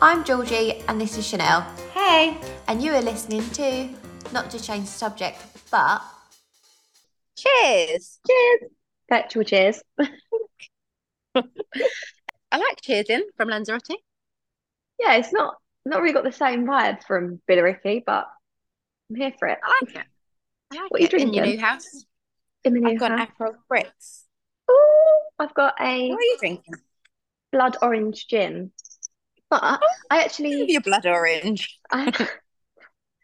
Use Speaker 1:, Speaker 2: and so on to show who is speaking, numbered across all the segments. Speaker 1: I'm Georgie and this is Chanel,
Speaker 2: Hey.
Speaker 1: and you are listening to, not to change the subject, but
Speaker 2: Cheers.
Speaker 3: Cheers. Virtual cheers.
Speaker 2: I like cheersing from Lanzarote.
Speaker 3: Yeah, it's not not really got the same vibe from Billericay, but I'm here for it.
Speaker 2: I like it. I like
Speaker 3: What are you
Speaker 2: it in your
Speaker 3: drinking?
Speaker 2: new house.
Speaker 3: In the
Speaker 2: I've
Speaker 3: new
Speaker 2: got an
Speaker 3: house.
Speaker 2: Aperol Spritz.
Speaker 3: Ooh, I've got a
Speaker 2: What are you drinking?
Speaker 3: blood orange gin.
Speaker 1: Oh,
Speaker 3: But I actually
Speaker 2: Your blood orange.
Speaker 3: I,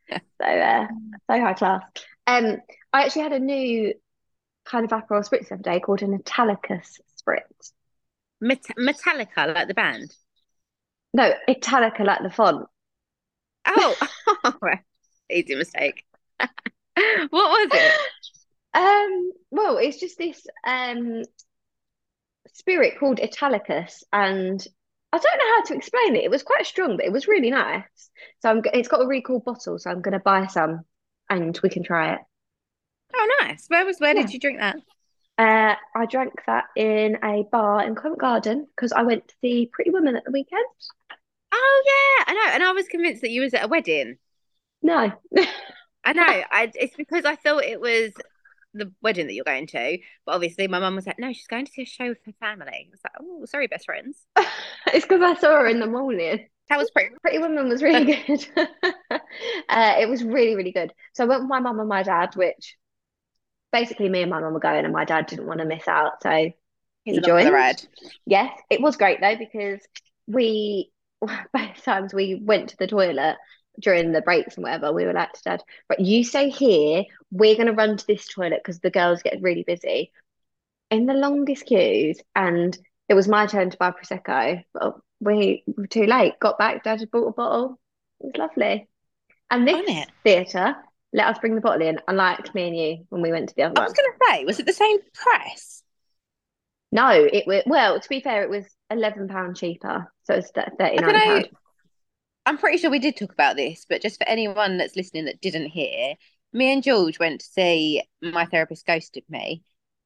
Speaker 3: so uh, so high class. Um, I actually had a new kind of Aperol spritz the other day called an Italicus spritz.
Speaker 2: Met- Metallica, like the band.
Speaker 3: No, Italica like the font.
Speaker 2: Oh, right. easy mistake. what was it?
Speaker 3: Um, well, it's just this um spirit called Italicus, and I don't know how to explain it. It was quite strong, but it was really nice. So I'm, g- it's got a really cool bottle, so I'm gonna buy some, and we can try it.
Speaker 2: Oh, nice. Where was? Where
Speaker 3: Yeah.
Speaker 2: did you drink that?
Speaker 3: Uh, I drank that in a bar in Covent Garden because I went to see Pretty Woman at the weekend.
Speaker 2: Oh yeah, I know. And I was convinced that you was at a wedding.
Speaker 3: No,
Speaker 2: I know. I it's because I thought it was the wedding that you're going to, but obviously my mum was like, "No, she's going to see a show with her family." I was like, "Oh, sorry, best friends."
Speaker 3: it's because I saw her in the morning.
Speaker 2: That was pretty.
Speaker 3: Pretty Woman was really good. Uh, it was really, really good. So I went with my mum and my dad, which basically me and my mum were going, and my dad didn't want to miss out. So
Speaker 2: He's
Speaker 3: He
Speaker 2: along for the
Speaker 3: joined.
Speaker 2: ride.
Speaker 3: yes, it was great though because we both times we went to the toilet during the breaks and whatever. We were like to dad, right, you stay here. We're gonna run to this toilet because the girls get really busy. In the longest queues, and it was my turn to buy prosecco. But we were too late. Got back, dad had bought a bottle. It was lovely. And this
Speaker 2: Wasn't it?
Speaker 3: theatre let us bring the bottle in, unlike me and you when we went to the other
Speaker 2: I
Speaker 3: one.
Speaker 2: was going to say, was it the same price?
Speaker 3: No, it was well, to be fair, it was eleven pound cheaper, so it's thirty
Speaker 2: I don't
Speaker 3: nine
Speaker 2: know.
Speaker 3: pound.
Speaker 2: I'm pretty sure we did talk about this, but just for anyone that's listening that didn't hear, me and George went to see My Therapist Ghosted Me,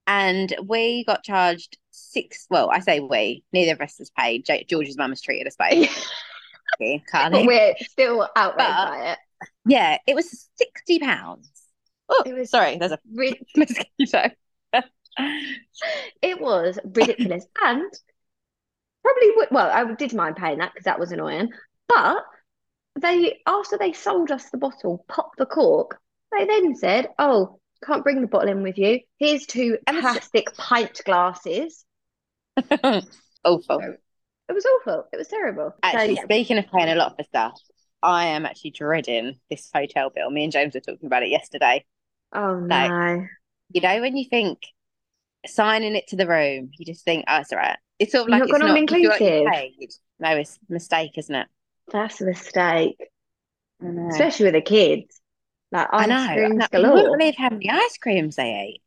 Speaker 2: and we got charged six. Well, I say we, neither of us has paid. Jo- George's mum has treated us both. Okay, can't
Speaker 3: But
Speaker 2: it?
Speaker 3: we're still outraged
Speaker 2: But-
Speaker 3: by it.
Speaker 2: Yeah, it was sixty pounds. Oh,
Speaker 3: It was
Speaker 2: sorry, there's a
Speaker 3: Ri-
Speaker 2: mosquito.
Speaker 3: it was ridiculous, and probably would, well, I did mind paying that because that was annoying. But they after they sold us the bottle, popped the cork, they then said, "Oh, can't bring the bottle in with you. Here's two
Speaker 2: And it's-
Speaker 3: plastic pint glasses."
Speaker 2: Awful.
Speaker 3: It was awful. It was terrible. So
Speaker 2: Actually,
Speaker 3: yeah,
Speaker 2: speaking of paying a lot for stuff, I am actually dreading this hotel bill. Me and James were talking about it yesterday.
Speaker 3: oh
Speaker 2: like,
Speaker 3: no.
Speaker 2: You know, when you think signing it to the room, you just think, oh, it's all right. It's sort of
Speaker 3: You're
Speaker 2: like
Speaker 3: not
Speaker 2: it's
Speaker 3: gonna
Speaker 2: not, you feel like you
Speaker 3: inclusive.
Speaker 2: paid. No, it's a mistake, isn't it?
Speaker 3: That's a mistake,
Speaker 2: I know.
Speaker 3: especially with the kids. Like
Speaker 2: I
Speaker 3: ice
Speaker 2: know.
Speaker 3: creams
Speaker 2: Like, you
Speaker 3: galore.
Speaker 2: wouldn't believe how many ice creams they ate.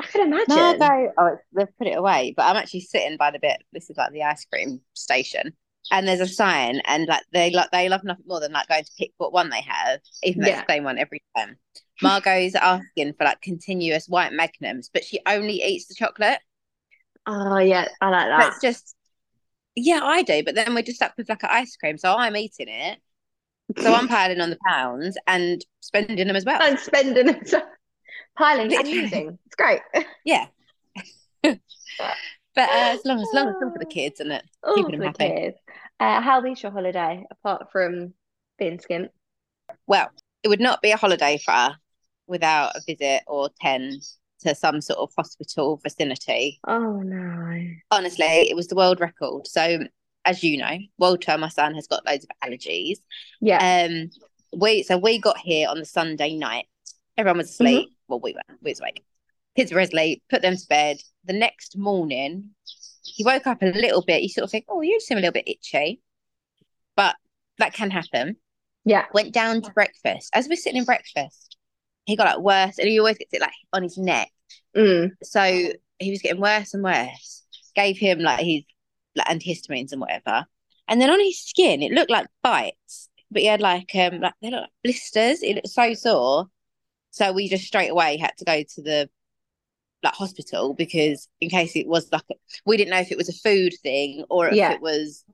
Speaker 3: I can imagine.
Speaker 2: Margot, oh, it's- they've put it away, but I'm actually sitting by the bit. This is like the ice cream station. And there's a sign, and like they like they love nothing more than like going to pick what one they have, even though it's
Speaker 3: Yeah.
Speaker 2: the same one every time. Margot's asking for like continuous white magnums, but she only eats the chocolate.
Speaker 3: Oh yeah, I like that.
Speaker 2: That's just yeah, I do. But then we're just up with like an ice cream, so I'm eating it. So I'm piling on the pounds and spending them as well.
Speaker 3: I'm spending it. Piling and
Speaker 2: Literally.
Speaker 3: using. It's great.
Speaker 2: Yeah. but uh, as long as long as long for the kids, isn't it?
Speaker 3: All
Speaker 2: Keeping
Speaker 3: for
Speaker 2: them
Speaker 3: the
Speaker 2: happy.
Speaker 3: kids. Oh, Uh, how was your holiday apart from being skint?
Speaker 2: Well, it would not be a holiday for us without a visit or 10 to some sort of hospital vicinity.
Speaker 3: Oh no.
Speaker 2: Honestly, it was the world record. So, as you know, Walter, my son, has got loads of allergies.
Speaker 3: Yeah.
Speaker 2: Um, we so we got here on the Sunday night. Everyone was asleep.
Speaker 3: Mm-hmm.
Speaker 2: Well, we were. We was awake. Kids were asleep. Put them to bed. The next morning, he woke up a little bit. You sort of think, oh, you seem a little bit itchy, but that can happen.
Speaker 3: Yeah.
Speaker 2: Went down to breakfast. As we're sitting in breakfast, he got like worse, and he always gets it like on his neck.
Speaker 3: Mm.
Speaker 2: So he was getting worse and worse. Gave him like his like antihistamines and whatever. And then on his skin, it looked like bites, but he had like um like they looked like blisters. It looked so sore. So we just straight away had to go to the like hospital because in case it was like we didn't know if it was a food thing or if
Speaker 3: Yeah.
Speaker 2: it was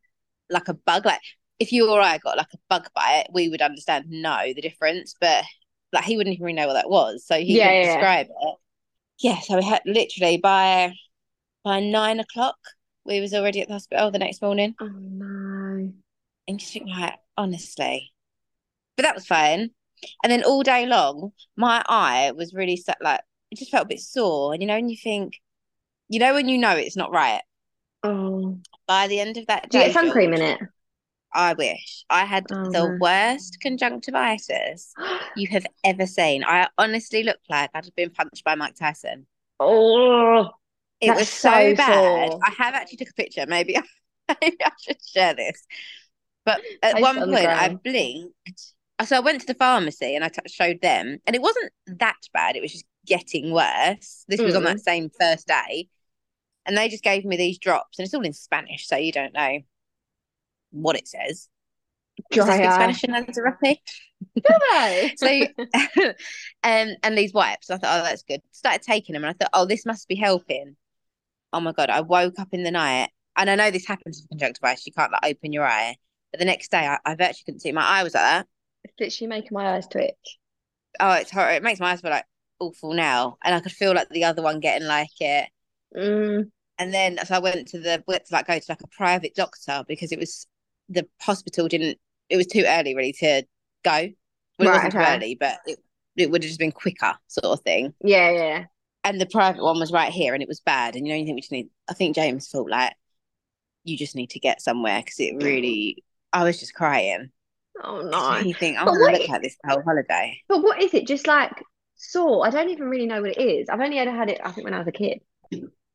Speaker 2: like a bug. Like if you or I got like a bug bite, we would understand no the difference, but like he wouldn't even really know what that was, so he
Speaker 3: Yeah,
Speaker 2: couldn't
Speaker 3: yeah, yeah.
Speaker 2: describe it. Yeah, so we had literally by by nine o'clock we was already at the hospital the next morning,
Speaker 3: Oh no.
Speaker 2: and just think like honestly, but that was fine. And then all day long, my eye was really set, like it just felt a bit sore, and you know, and you think, you know, when you know it's not right.
Speaker 3: Oh.
Speaker 2: By the end of that
Speaker 3: Do
Speaker 2: day,
Speaker 3: you get sun
Speaker 2: George,
Speaker 3: cream in it?
Speaker 2: I wish. I had
Speaker 3: Oh,
Speaker 2: the
Speaker 3: no.
Speaker 2: worst conjunctivitis you have ever seen. I honestly looked like I'd have been punched by Mike Tyson.
Speaker 3: Oh.
Speaker 2: It
Speaker 3: That's
Speaker 2: was so
Speaker 3: so
Speaker 2: bad.
Speaker 3: sore.
Speaker 2: I have actually took a picture. Maybe I, maybe I should share this. But at
Speaker 3: Post
Speaker 2: one
Speaker 3: it on the
Speaker 2: point, I
Speaker 3: gram.
Speaker 2: blinked. So I went to the pharmacy and I t- showed them, and it wasn't that bad. It was just getting worse. This was on
Speaker 3: Mm.
Speaker 2: that same first day, and they just gave me these drops, and it's all in Spanish, so you don't know what it says. Does
Speaker 3: Dry
Speaker 2: it speak
Speaker 3: eye.
Speaker 2: Spanish in Lanzarote? So, um, and these wipes, I thought, oh, that's good. Started taking them, and I thought, oh, this must be helping. Oh my god, I woke up in the night, and I know this happens with conjunctivitis. You can't like open your eye, but the next day, I, I virtually couldn't see. My eye was like that.
Speaker 3: It's literally making my eyes twitch.
Speaker 2: Oh, it's horrible. It makes my eyes feel like awful now, and I could feel like the other one getting like it.
Speaker 3: Mm.
Speaker 2: And then, so I went to the went to like go to like a private doctor because it was the hospital didn't. It was too early really to go. Well, it
Speaker 3: Right,
Speaker 2: wasn't too
Speaker 3: okay.
Speaker 2: early, but it, it would have just been quicker, sort of thing.
Speaker 3: Yeah, yeah.
Speaker 2: and the private one was right here and it was bad and you know you think we just need i think james felt like you just need to get somewhere because it really i was just crying
Speaker 3: Oh no.
Speaker 2: 'Cause you think i'm
Speaker 3: But
Speaker 2: gonna
Speaker 3: what
Speaker 2: look
Speaker 3: i-
Speaker 2: like this the whole holiday
Speaker 3: But what is it? Just like sore. I don't even really know what it is. I've only ever had it, I think, when I was a kid.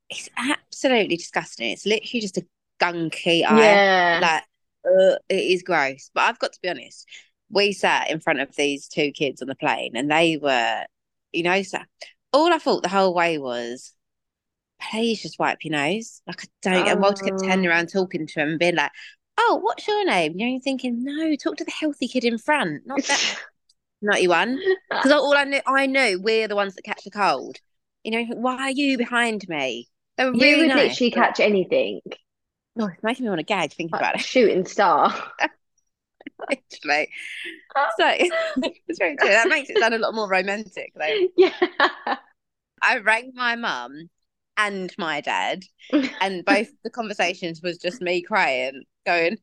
Speaker 2: it's absolutely disgusting it's literally just a gunky eye
Speaker 3: Yeah.
Speaker 2: like uh, it is gross but i've got to be honest we sat in front of these two kids on the plane and they were you know so all i thought the whole way was please just wipe your nose. Like I don't. And Walter kept turning
Speaker 3: Oh.
Speaker 2: around talking to him and being like, "Oh, what's your name?" You know, you're thinking, "No, talk to the healthy kid in front, not that naughty one." Because all I knew, I knew we're the ones that catch the cold. You know, you think, why are you behind me? They were
Speaker 3: You
Speaker 2: really
Speaker 3: would
Speaker 2: nice.
Speaker 3: literally
Speaker 2: but-
Speaker 3: catch anything,
Speaker 2: Oh, it's making me want to gag thinking
Speaker 3: like
Speaker 2: about
Speaker 3: a
Speaker 2: it.
Speaker 3: shooting star.
Speaker 2: Actually, so it's very true. That makes it sound a lot more romantic, though.
Speaker 3: Yeah.
Speaker 2: I rang my mum and my dad, and both the conversations was just me crying, going,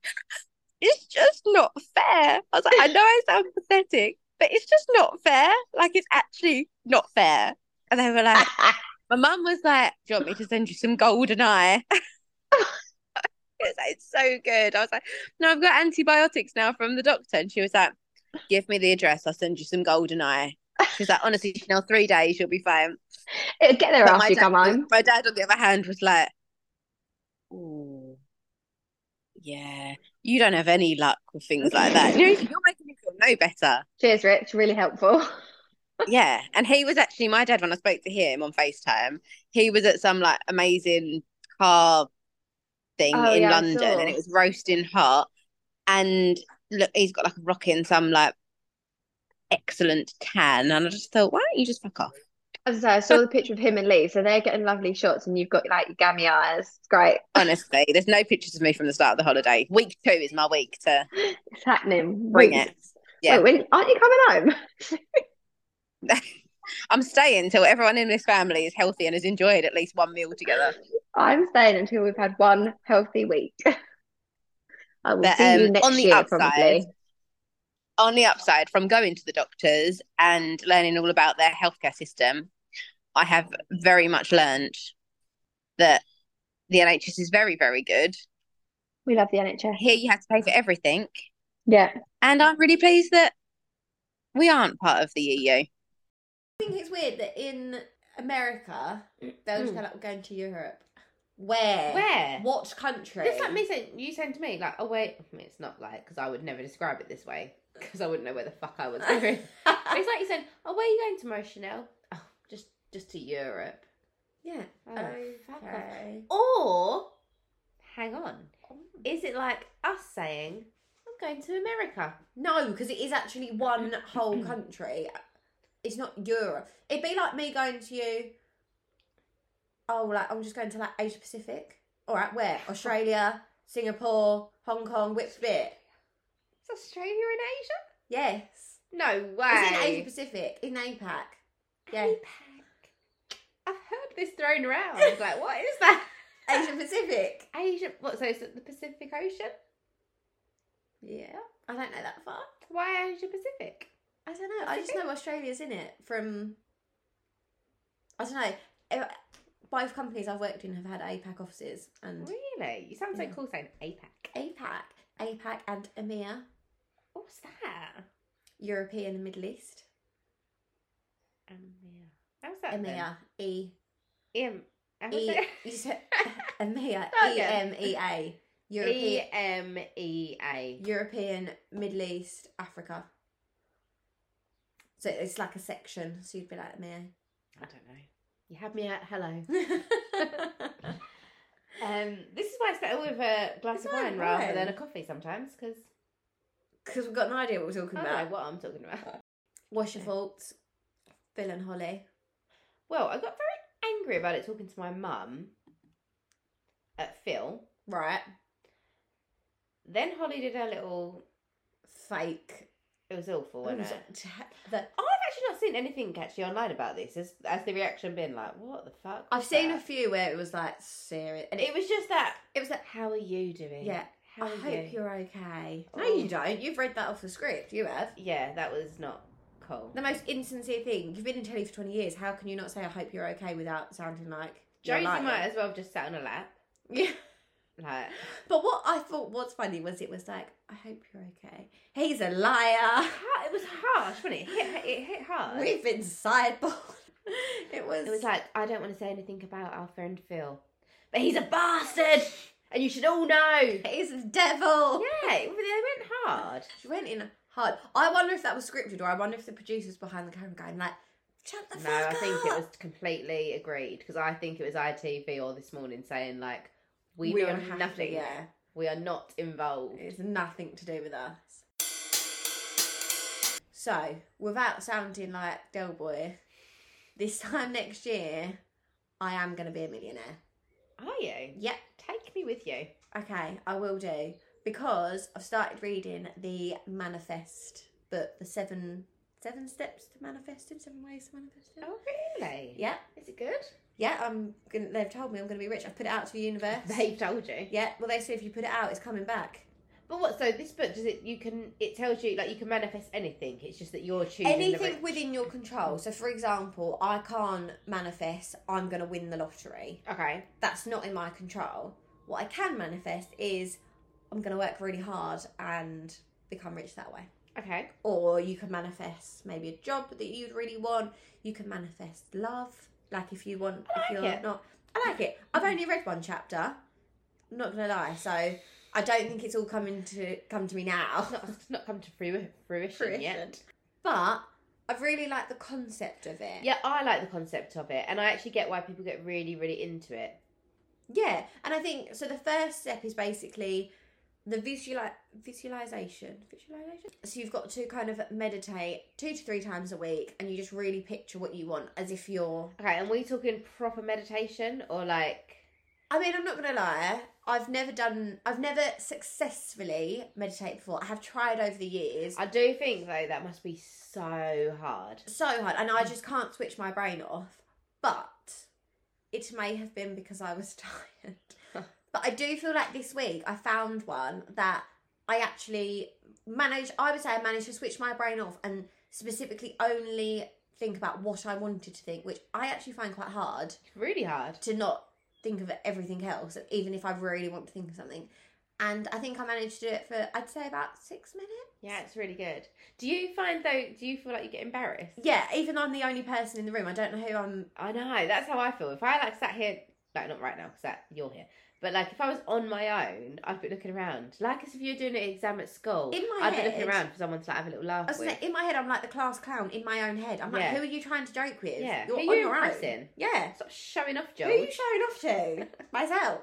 Speaker 2: "It's just not fair." I was like, "I know I sound pathetic, but it's just not fair. Like it's actually not fair." And they were like, "My mum was like, do you want me to send you some golden eye?" It's, like, it's so good. I was like, "No, I've got antibiotics now from the doctor," and she was like, "Give me the address. I'll send you some golden eye." She was like, "Honestly, Chanel, three days, you'll be fine."
Speaker 3: It'd get there
Speaker 2: But
Speaker 3: after
Speaker 2: my
Speaker 3: you
Speaker 2: dad,
Speaker 3: come home.
Speaker 2: my dad, on the other hand, was like, "Ooh, yeah, you don't have any luck with things like that. You know, you're making me feel no better."
Speaker 3: Cheers, Rich. Really helpful.
Speaker 2: Yeah, and he was actually my dad when I spoke to him on Facetime. He was at some like amazing car thing
Speaker 3: Oh,
Speaker 2: in
Speaker 3: yeah, I
Speaker 2: London, and
Speaker 3: saw.
Speaker 2: it was roasting hot. And look, he's got like a rock in some like excellent tan, and I just thought, why don't you just fuck off?
Speaker 3: As I say, I saw the picture of him and Lee, so they're getting lovely shots, and you've got like your gammy eyes. It's great.
Speaker 2: Honestly, there's no pictures of me from the start of the holiday. Week two is my week to
Speaker 3: It's happening.
Speaker 2: bring
Speaker 3: Wait,
Speaker 2: it. Yeah.
Speaker 3: wait, when aren't you coming home?
Speaker 2: I'm staying till everyone in this family is healthy and has enjoyed at least one meal together.
Speaker 3: I'm staying until we've had one healthy week. I will
Speaker 2: But,
Speaker 3: see you
Speaker 2: um,
Speaker 3: next
Speaker 2: on the
Speaker 3: year,
Speaker 2: upside-
Speaker 3: probably.
Speaker 2: On the upside, from going to the doctors and learning all about their healthcare system, I have very much learned that the NHS is very, very good.
Speaker 3: We love the NHS.
Speaker 2: Here you have to pay for everything.
Speaker 3: Yeah.
Speaker 2: And I'm really pleased that we aren't part of the E EU.
Speaker 1: I think it's weird that in America, they'll
Speaker 2: Hmm.
Speaker 1: just
Speaker 4: Mm.
Speaker 1: go like, we're going to Europe. Where?
Speaker 4: Where?
Speaker 1: What country?
Speaker 4: It's like me saying you saying to me like, oh wait, I mean, it's not like because I would never describe it this way because I wouldn't know where the fuck I was going. But it's like you said, oh where are you going tomorrow, Chanel? Oh, just just to Europe.
Speaker 1: yeah.
Speaker 4: Oh, fuck off.
Speaker 1: Okay.
Speaker 4: Or hang on,
Speaker 2: Oh.
Speaker 4: is it like us saying I'm going to America?
Speaker 1: No, because it is actually one whole country. It's not Europe. It'd be like me going to you. Oh, like I'm just going to like Asia Pacific. All right, where? Australia, Singapore, Hong Kong, which bit?
Speaker 2: Is Australia in
Speaker 1: Yes.
Speaker 2: Asia? No way.
Speaker 1: It's in Asia Pacific, in APAC. Yeah.
Speaker 2: APAC. I've heard this thrown around. I was like, what is that?
Speaker 1: Asia Pacific.
Speaker 2: Asia. What? So it's the Pacific Ocean? Yeah.
Speaker 1: I don't know that far.
Speaker 2: Why Asia Pacific?
Speaker 1: I don't know. I just know Australia's in it from. I don't know. Eh, Both companies I've worked in have had APAC offices and
Speaker 2: Really? You sound so
Speaker 1: Yeah.
Speaker 2: cool saying APAC.
Speaker 1: APAC, APAC and E EMEA,
Speaker 2: What's that?
Speaker 1: European and Middle East.
Speaker 2: EMEA. How's that?
Speaker 1: EMEA, E
Speaker 2: Then? M.
Speaker 1: E.
Speaker 2: E.
Speaker 1: You said EMEA,
Speaker 2: Start
Speaker 1: E
Speaker 2: again.
Speaker 1: M E A,
Speaker 2: E
Speaker 1: European,
Speaker 2: M E A.
Speaker 1: European, Middle East, Africa. So it's like a section. So you'd be like E
Speaker 2: I don't know. You had me at hello.
Speaker 1: EMEA.
Speaker 2: Um, this is why I start with a glass
Speaker 1: It's
Speaker 2: of
Speaker 1: not
Speaker 2: wine rather
Speaker 1: wine.
Speaker 2: than a coffee sometimes because
Speaker 1: Because we've got no idea what we're talking
Speaker 2: I don't know
Speaker 1: about.
Speaker 2: what I'm talking about.
Speaker 1: What's
Speaker 2: Eh.
Speaker 1: your faults? Phil and Holly.
Speaker 2: Well, I got very angry about it talking to my mum at Phil.
Speaker 1: Right.
Speaker 2: Then Holly did her little.
Speaker 1: Fake.
Speaker 2: It was awful, wasn't
Speaker 1: Ooh,
Speaker 2: it?
Speaker 1: t- the-
Speaker 2: I've actually not seen anything actually online about this. As, as the reaction being like, "What the fuck?"
Speaker 1: I've
Speaker 2: was
Speaker 1: seen
Speaker 2: that?"
Speaker 1: a few where it was like serious, and
Speaker 2: It
Speaker 1: it,
Speaker 2: was just that.
Speaker 1: it was like,
Speaker 2: How are you doing?
Speaker 1: Yeah,
Speaker 2: How
Speaker 1: I
Speaker 2: are
Speaker 1: hope
Speaker 2: you?
Speaker 1: you're okay. No,
Speaker 2: Oh.
Speaker 1: you don't. You've read that off the script. You have.
Speaker 2: Yeah, that was not cool.
Speaker 1: The most insincere thing. You've been in telly for twenty years. How can you not say I hope you're okay without sounding like you're
Speaker 2: Josie
Speaker 1: lying?
Speaker 2: might as well have just sat on a lap.
Speaker 1: Yeah.
Speaker 2: Like,
Speaker 1: But what I thought was funny was it was like, I hope you're okay. He's a liar.
Speaker 2: ha- it was harsh, wasn't it? It hit, it hit hard.
Speaker 1: We've been sideballed. It was.
Speaker 2: It was like, I don't want to say anything about our friend Phil, but he's a bastard, and you should all know. Yeah,
Speaker 1: He's the devil.
Speaker 2: it- they went hard.
Speaker 1: She went in hard. I wonder if that was scripted or I wonder if the producers behind the camera going like, shut the
Speaker 2: No,
Speaker 1: fuck
Speaker 2: I think it
Speaker 1: up."
Speaker 2: was completely agreed because I think it was ITV or this morning saying like, we,
Speaker 1: We
Speaker 2: know
Speaker 1: don't have to,
Speaker 2: nothing.
Speaker 1: yeah.
Speaker 2: We are not involved.
Speaker 1: It's nothing to do with us. So, without sounding like Del Boy, this time next year, I am going to be a millionaire.
Speaker 2: Are you?
Speaker 1: Yep.
Speaker 2: Take me with you.
Speaker 1: Okay, I will do. Because I've started reading the manifest book, the seven seven steps to manifesting, seven ways to manifesting.
Speaker 2: Oh, really?
Speaker 1: Yeah.
Speaker 2: Is it good?
Speaker 1: Yeah, I'm gonna. They've told me I'm gonna be rich. I've put it out to the universe.
Speaker 2: They've told you.
Speaker 1: yeah, well, they say if you put it out, it's coming back.
Speaker 2: But what? So this book does it? You can. It tells you like you can manifest anything. It's just that you're choosing the
Speaker 1: Anything
Speaker 2: rich-
Speaker 1: within your control. So, for example, I can't manifest I'm gonna win the lottery.
Speaker 2: Okay.
Speaker 1: That's not in my control. What I can manifest is I'm gonna work really hard and become rich that way.
Speaker 2: Okay.
Speaker 1: Or you can manifest maybe a job that you'd really want. You can manifest love, like if you want.
Speaker 2: I
Speaker 1: if
Speaker 2: like
Speaker 1: you're
Speaker 2: it.
Speaker 1: not, I like it. I've only read one chapter. I'm not gonna lie, so I don't think it's all coming to come to me now.
Speaker 2: It's not, it's not come to fru- fruition, yet.
Speaker 1: But I really like the concept of it.
Speaker 2: Yeah, I like the concept of it, and I actually get why people get really, really into it.
Speaker 1: Yeah, and I think so. The first step is basically the visuali- visualization. Visualization. So you've got to kind of meditate two to three times a week, and you just really picture what you want as if you're
Speaker 2: Okay, and we talking proper meditation or like?
Speaker 1: I mean, I'm not gonna lie. I've never done. I've never successfully meditated before. I have tried over the years,
Speaker 2: I do think though that must be so hard.
Speaker 1: so hard, and I just can't switch my brain off. But it may have been because I was tired. but I do feel like this week I found one that I actually managed. I would say I managed to switch my brain off and specifically only think about what I wanted to think, which I actually find quite hard.
Speaker 2: Really hard.
Speaker 1: to not think of everything else, even if I really want to think of something. And I think I managed to do it for I'd say about six minutes.
Speaker 2: Yeah, it's really good. Do you find though? Do you feel like you get embarrassed?
Speaker 1: Yeah, even though I'm the only person in the room, I don't know who I'm.
Speaker 2: I know. That's how I feel. If I like sat here, like not right now because that you're here, but like if I was on my own, I'd be looking around, like as if you were doing an exam at school.
Speaker 1: In my
Speaker 2: I'd be looking
Speaker 1: head-
Speaker 2: around for someone to like have a little laugh
Speaker 1: I was
Speaker 2: with.
Speaker 1: like, in my head, I'm like the class clown in my own head. I'm like,
Speaker 2: Yeah.
Speaker 1: who are you trying to joke with?
Speaker 2: Yeah.
Speaker 1: you're
Speaker 2: Who are
Speaker 1: on
Speaker 2: you
Speaker 1: your own.
Speaker 2: impressing?
Speaker 1: Yeah,
Speaker 2: Stop showing off,
Speaker 1: who are you
Speaker 2: George.
Speaker 1: showing off to? Myself.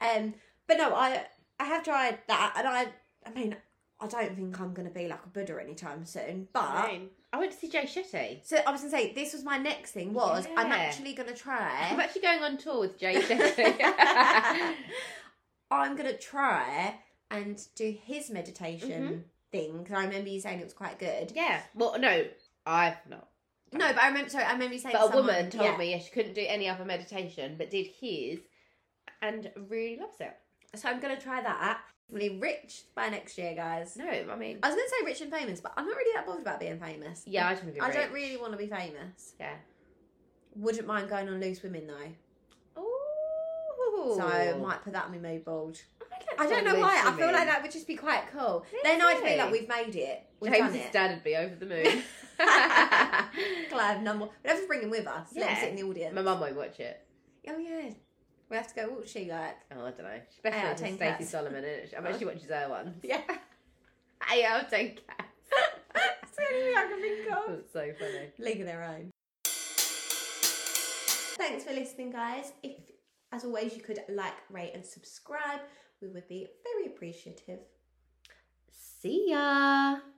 Speaker 1: Um, but no, I I have tried that, and I I mean, I don't think I'm gonna be like a Buddha anytime soon, but.
Speaker 2: I went to see Jay Shetty.
Speaker 1: So I was gonna say this was my next thing was I'm
Speaker 2: Yeah.
Speaker 1: actually gonna
Speaker 2: I'm
Speaker 1: try.
Speaker 2: actually going on tour with Jay Shetty.
Speaker 1: I'm gonna try and do his meditation thing because I remember you saying it was quite good.
Speaker 2: Mm-hmm. Yeah. Well, no, I've not.
Speaker 1: No, but I remember. Sorry, I remember you saying.
Speaker 2: But a
Speaker 1: someone-
Speaker 2: woman told
Speaker 1: yeah.
Speaker 2: me yeah, she couldn't do any other meditation, but did his, and really loves it.
Speaker 1: So I'm gonna try that. I'm gonna be rich by next year, guys.
Speaker 2: No, I mean,
Speaker 1: I was gonna say rich and famous, but I'm not really that bothered about being famous.
Speaker 2: yeah, I just want to be
Speaker 1: I don't
Speaker 2: rich.
Speaker 1: really want to be famous.
Speaker 2: Yeah.
Speaker 1: Wouldn't mind going on Loose Women though,
Speaker 2: Ooh.
Speaker 1: so I might put that on my mood board.
Speaker 2: like
Speaker 1: I don't know
Speaker 2: Loose
Speaker 1: why. I feel
Speaker 2: Women.
Speaker 1: like that would just be quite cool. Then I'd
Speaker 2: Really?
Speaker 1: feel like we've made it. We've done
Speaker 2: James's
Speaker 1: it.
Speaker 2: dad would be over the moon.
Speaker 1: We'll have no more. We'd have to bring him with us. Let him
Speaker 2: Yeah.
Speaker 1: sit in the audience.
Speaker 2: My mum won't watch it.
Speaker 1: Oh yeah. We have to go. What's she like?
Speaker 2: Oh, I don't know. She's
Speaker 1: Eight
Speaker 2: better
Speaker 1: out of
Speaker 2: than
Speaker 1: ten
Speaker 2: Stacey
Speaker 1: cats.
Speaker 2: Solomon, isn't she? I bet she watches her ones.
Speaker 1: Yeah.
Speaker 2: Eight out of ten cats.
Speaker 1: It's the only thing I can think of.
Speaker 2: That's so funny.
Speaker 1: League of their own. Thanks for listening, guys. If, as always, you could like, rate, and subscribe, we would be very appreciative.
Speaker 2: See ya.